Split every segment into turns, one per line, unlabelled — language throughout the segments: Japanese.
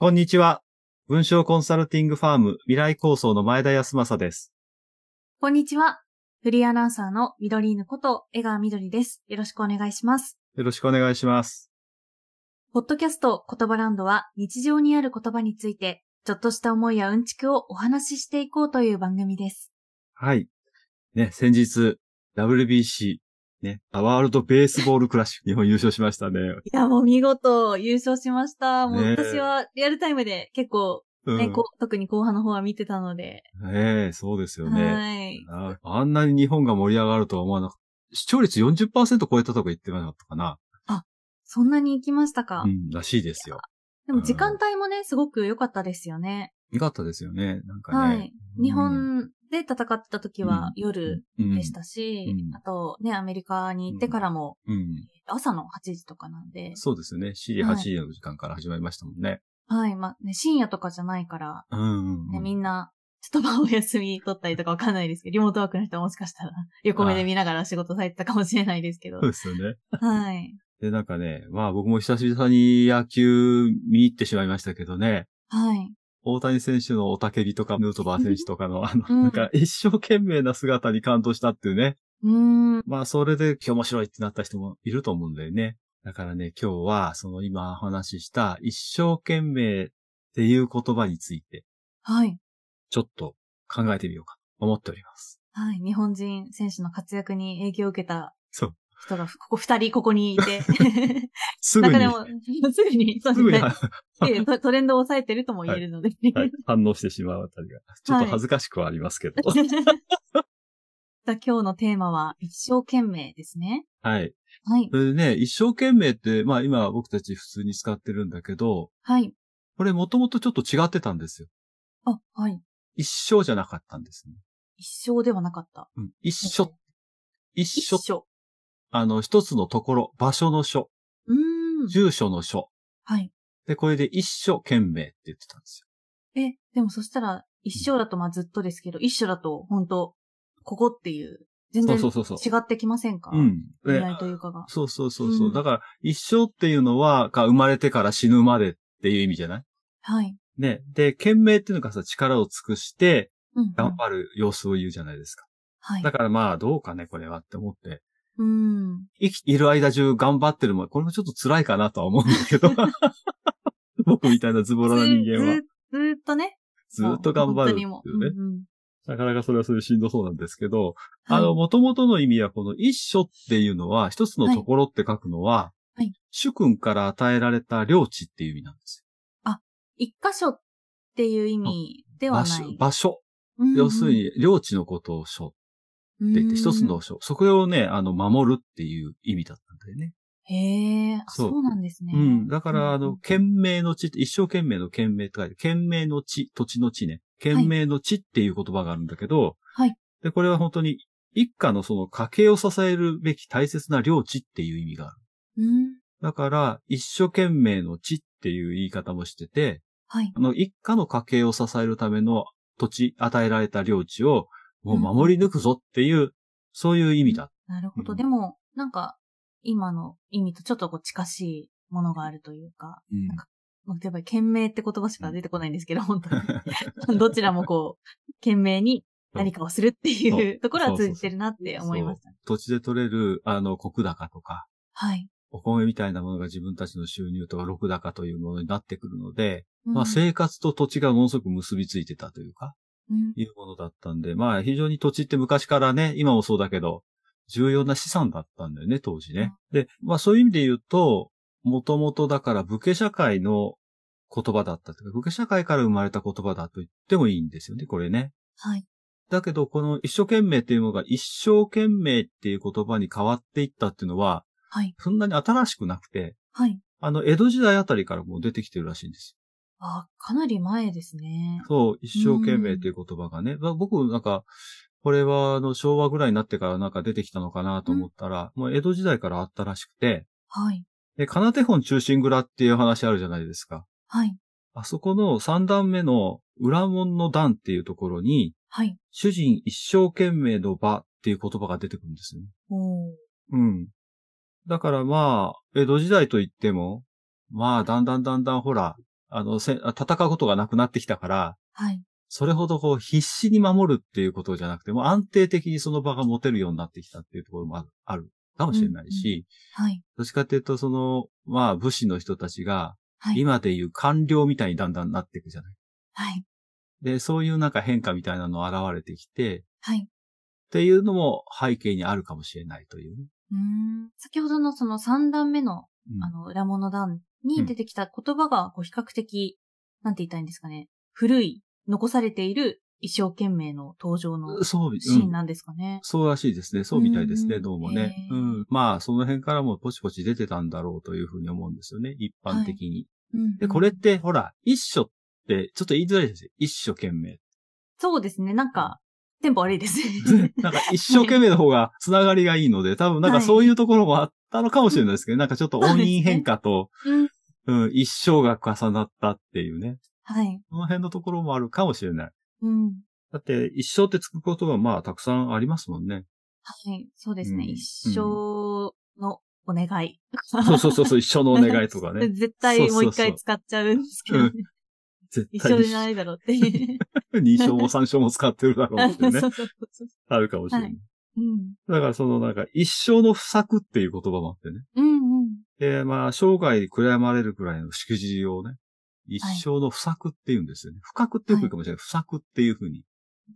こんにちは。文章コンサルティングファーム未来構想の前田康政です。
こんにちは。フリーアナウンサーのミドリーヌこと江川みどりです。よろしくお願いします。
よろしくお願いします。
ポッドキャスト言葉ランドは日常にある言葉について、ちょっとした思いやうんちくをお話ししていこうという番組です。
はい。ね、先日、WBC、ね、ワールドベースボールクラシック、 日本優勝しましたね。
いや、もう見事優勝しました。もう
ねえ
私はリアルタイムで結構、
うん、
ねこう特に後半の方は見てたので。
ねえそうですよね。
は
あ
い。
あんなに日本が盛り上がるとは思わなかった。視聴率40%超えたとか言ってなかったかな。
そんなに行きましたか、
うん、らしいですよ。
でも時間帯もね、すごく良かったですよね。
よかったですよね。なんか
は
ね。
い。日本で戦ってた時は夜
で
でし。たし、
うん
あとね、アメリカに行ってからも、
うん。うん
朝の8時とかなんで、
そうですよね。7時、
は
8
い
時の時間から始まりましたもんね。
はい、まあね、深夜とかじゃないから、
うんうんうん
ね、みんな、ちょっとまあお休み取ったりとかわかんないですけど、リモートワークの人はもしか したら横目で見ながら仕事されてたかもしれないですけど
そう、ですよね。
はい。
で、なんかね、まあ僕も久々に野球見入ってしまいましたけどね、
はい。
大谷選手のおたけびとか、ヌートバー選手とか の、あの、
うん
なんか一生懸命な姿に感動したっていうね。
うーん。
まあそれで今日面白いってなった人もいると思うんだよね。だからね、今日はその今お話しした一生懸命っていう言葉について、
はい。
ちょっと考えてみようかと思っております。
はい。日本人選手の活躍に影響を受けた
そう。
人が、ここ二人ここに いて、
すぐ
中
に、
でも、すぐに、そう
すぐに、
です
は
ねええトトレンドを抑えてるとも言えるので。
い、反応してしまうあたりが、ちょっと恥ずかしくはありますけ ど。
さあ今日のテーマは、一生懸命ですね。
はい。
はい
そ。れでね、一生懸命って、まあ今僕たち普通に使ってるんだけど、
はい。
これもともとちょっと違ってたんですよ。
あ、はい。
一生じゃなかったんですね。
一生ではなかった。
うん、一緒、一緒、
一緒。
あの、一つのところ、場所の所、
うーん。
住所の所。
はい。
で、これで一生懸命って言ってたんですよ。
え、でもそしたら、一生だとまあずっとですけど、一緒だと、本当ここっていう、全然
そう
違
そうそうそう。
ってきませんか
うん。
意
で
外というかが。
そうそうそうそう。
うん
だから、一生っていうのは、か生まれてから死ぬまでっていう意味じゃない
はい。
ね。で、懸命っていうのがさ、力を尽くして、
うん、うん。
頑張る様子を言うじゃないですか。
はい。
だからまあ、どうかね、これはって思って。
うーん。
生きている間中頑張ってるもん、これもちょっと辛いかなとは思うんだけど。 僕みたいなズボラな人間は
ずずずーっとね。
ずっと頑張るってい
もう
う
本当
ね
に。もううんうん
なかなかそれはそれでしんどそうなんですけど、
はい
あの、元々の意味はこの一所っていうのは、一つのところって書くのは、
はいはい
主君から与えられた領地っていう意味なんです
一箇所っていう意味で
よ。
は
場
な
所
い。
場所。
うんうん
要するに、領地のことを所って言って、一つの所。そこをね、あの、守るっていう意味だったんだよね。
へえ、あ
そ
そううなんですね。
うん。だから、あ
うん
の、、懸命の地って、一生懸命の懸命って書いて、懸命の地、土地の地ね。懸命の地っていう言葉があるんだけど、
はい。
で、これは本当に、一家のその家計を支えるべき大切な領地っていう意味がある。
うん。
だから、一生懸命の地っていう言い方もしてて、
はい。
あの、一家の家計を支えるための土地、与えられた領地を、もう守り抜くぞっていう、そういう意味だ。
なるほど。
うん
でも、なんか、今の意味とちょっとこう近しいものがあるというか、
うん
なんかもうやっぱり懸命って言葉しか出てこないんで すけど、本当に。どちらもこう、懸命に何かをするっていうところは通じてるなって思いました。
土地で取れる、あの、国高とか、
はい。
お米みたいなものが自分たちの収入とか、禄高というものになってくるので、
うん
まあ生活と土地がものすごく結びついてたというか、
うん
いうものだったんで、まあ非常に土地って昔からね、今もそうだけど、重要な資産だったんだよね、当時ね。で、まあそういう意味で言うと、もともとだから武家社会の言葉だったというか、武家社会から生まれた言葉だと言ってもいいんですよね、これね。
はい。
だけど、この一生懸命っていうのが一生懸命っていう言葉に変わっていったっていうのは、
はい。
そんなに新しくなくて、
はい。
あの、江戸時代あたりからもう出てきてるらしいんです
あ、かなり前ですね
よ。。そう、一生懸命っていう言葉がね。まあ僕なんか、これはあの昭和ぐらいになってからなんか出てきたのかなと思ったら、もう江戸時代からあったらしくて、
はい。
で、金手本中心蔵っていう話あるじゃないですか。
はい。
あそこの三段目の裏門の段っていうところに、
はい。
主人一生懸命の場っていう言葉が出てくるんですよね。
おー
うん。だからまあ、江戸時代といっても、まあ、だんだんだんだんほら、あの、せ戦うことがなくなってきたから、
はい。
それほどこう必死に守るっていうことじゃなくて、もう安定的にその場が持てるようになってきたっていうところもあるあるかもしれないし、
はい。
どっちかっていうと、その、まあ武士の人たちが、
はい
今でいう官僚みたいにだんだんなっていくじゃない。
はい。
で、そういうなんか変化みたいなの現れてきて、っ
はい。
ていうのも背景にあるかもしれないというね。
うーん。先ほどのその三段目の、
うん
あの、裏物段に出てきた言葉が、こう、比較的、なんて言いたいんですかね。古い、残されている一生懸命の登場の
そう、うん
シーンなんですかね。
そうらしいですね。そうみたいですね、
うん
どうもね。う
へー
ん。まあ、その辺からもポチポチ出てたんだろうというふうに思うんですよね、一般的に。
うん
で、これっ。て、ほら、一緒って、ちょっと言いづらいですよ。一生懸 命。
そうですね。なんか、テンポ悪い ですね。
なんか、一生懸命の方がつながりがいいので、多分なんか
はい
そういうところもあったのかもしれないですけど、なんかちょっと音韻変化と、
うん。
うん、一生が重なったっていうね。
はい。
その辺のところもあるかもしれない。
うん。
だって、一生ってつくことがまあ、たくさんありますもん ね。
はい。そうですね。
うん
一生のお願い。
そうそうそうそう、一生のお願いとかね。
絶対も
そ
う一
うそうそ
回
う
使っちゃうんですけどね、
うん絶
一
対
生
に
じゃないだろうっていう。
2章も3章も使ってるだろうっていう
そ
ね。
うそうそう。
あるかもしれない。
はいうん。
だからそのなんか、一生の不作っていう言葉もあってね。
うんうん。
で、まあ、生涯悔やまれるくらいのしくじりをね、一生の不作って言うんですよね。不作ってよく言うかもしれない。不作っていうふうに。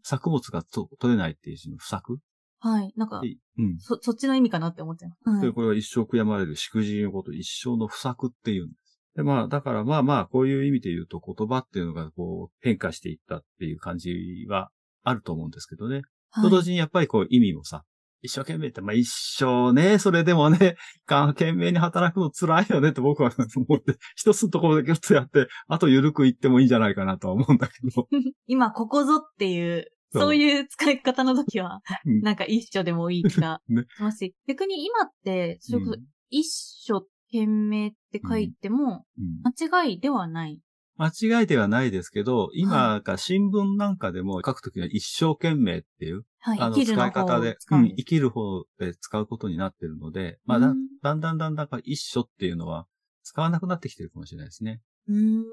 作物がと取れないっていう字の不作っ
はい。なんか
て、うん。
そ、そっちの意味かなって思っちゃいます。は
で、
い。
これは一生悔やまれるしくじりのこと、一生の不作って言うんです。で、まあ、だからまあまあ、こういう意味で言うと言葉っていうのがこう変化していったっていう感じはあると思うんですけどね。と同
はい
時にやっぱりこう意味もさ、一生懸命って、まあ一生ね、それでもね、 か懸命に働くの辛いよねって僕は思って、一つのところだけちょっとやって、あと緩く言ってもいいんじゃないかなとは思うんだけど。
今ここぞっていう、
そう
そういう使い方の時は、
うん
なんか一緒でもいい気が
ね
しますし、逆に今って、それこそ
うん
一緒懸命って書いても、
うん
間違いではない。
間違いではないですけど、今が新聞なんかでも書くときは一生懸命っていう、
はい。
あ
生
の、
きる
使
の
い
方
方
を
で、
使う
うんん
で
生
す。
きる方で使うことになってるので、まあ
う
だ
ん、
だんだんだんだんから一緒っていうのは使わなくなってきてるかもしれないですね。
うーん。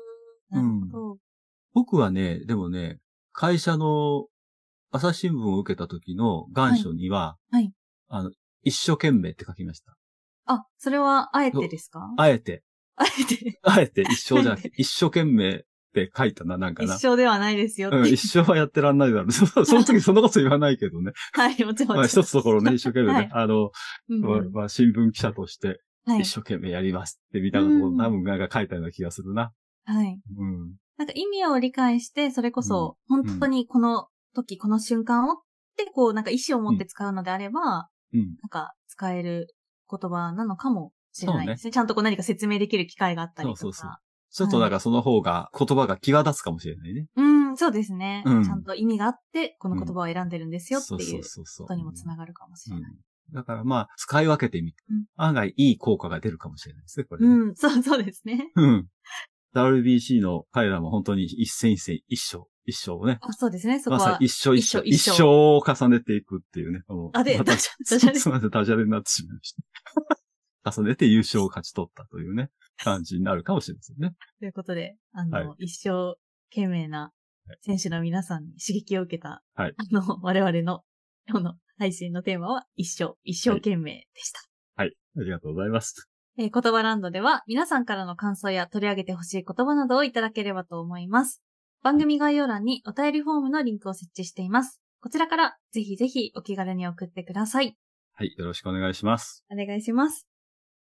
なるほど。
僕はね、でもね、会社の朝日新聞を受けた時の願書には、
はいはい
あの、一生懸命って書きました。
あ、それは、あえてですか
あえて、
あえて。
あえて一生じゃなくて、一生懸命って書いたな、なんか
一
な。
生ではないですよって。
うん、一生はやってらんないだろう。 そその時そんなこと言わないけどね。
はい、もちろん。
まあ一つところね、一生懸命ね、
はい
あの、
うん
まあ
うん
まあ、新聞記者として
はい
一。生懸命やりますってみたいなこと
うん
多分なんか書いたような気がするな。
はい。
うん。
なんか意味を理解して、それこそ、本当にこの時、この瞬間をって、こう、なんか意思を持って使うのであれば、
うん。
なんか使える言葉なのかもしれないで
そ
すね。ちゃんとこう何か説明できる機会があったりとか。
そうそうちょっとなんかその方が言葉が際立つかもしれないね。
うん、そうですね、
うん
ちゃんと意味があって、この言葉を選んでるんですよって
そう
い
そうう
こ
そうそう。
とにもつながるかもしれない。
だからまあ、使い分けてみて、
うん
案外いい効果が出るかもしれないですね、これ
う
ね、
ん、そうそうですね。
うん。WBC の彼らも本当に一戦一戦、一生、一生をね。
あそうですね、そこ
ま
は
さ。に一生一生、
一
一
生一生
生を重ねていくっていうね。もう
あ、で、
ま
ダ
た
ジャ
す
ダジャレ
すみ ません、ダジャレになってしまいました。重ねて優勝を勝ち取ったというね、感じになるかもしれませんね。
ということで、あの、
はい
一生懸命な選手の皆さんに刺激を受けた、
はい
あの、我々の今日の配信のテーマは一生、一生懸命でした。
はい。ありがとうございます。
えー言葉ランドでは皆さんからの感想や取り上げてほしい言葉などをいただければと思います。番組概要欄にお便りフォームのリンクを設置しています。こちらからぜひぜひお気軽に送ってください。
はい。よろしくお願いします。
お願いします。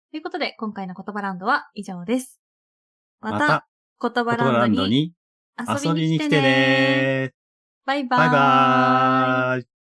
ということで、今回の言葉ランドは以上です。また、言葉
言
ラン
葉ラン
ド
ド
に
に遊
遊び
び
に
に
来
来
て
て
ね
ね
バイバー
バ
イ。
イバーイ。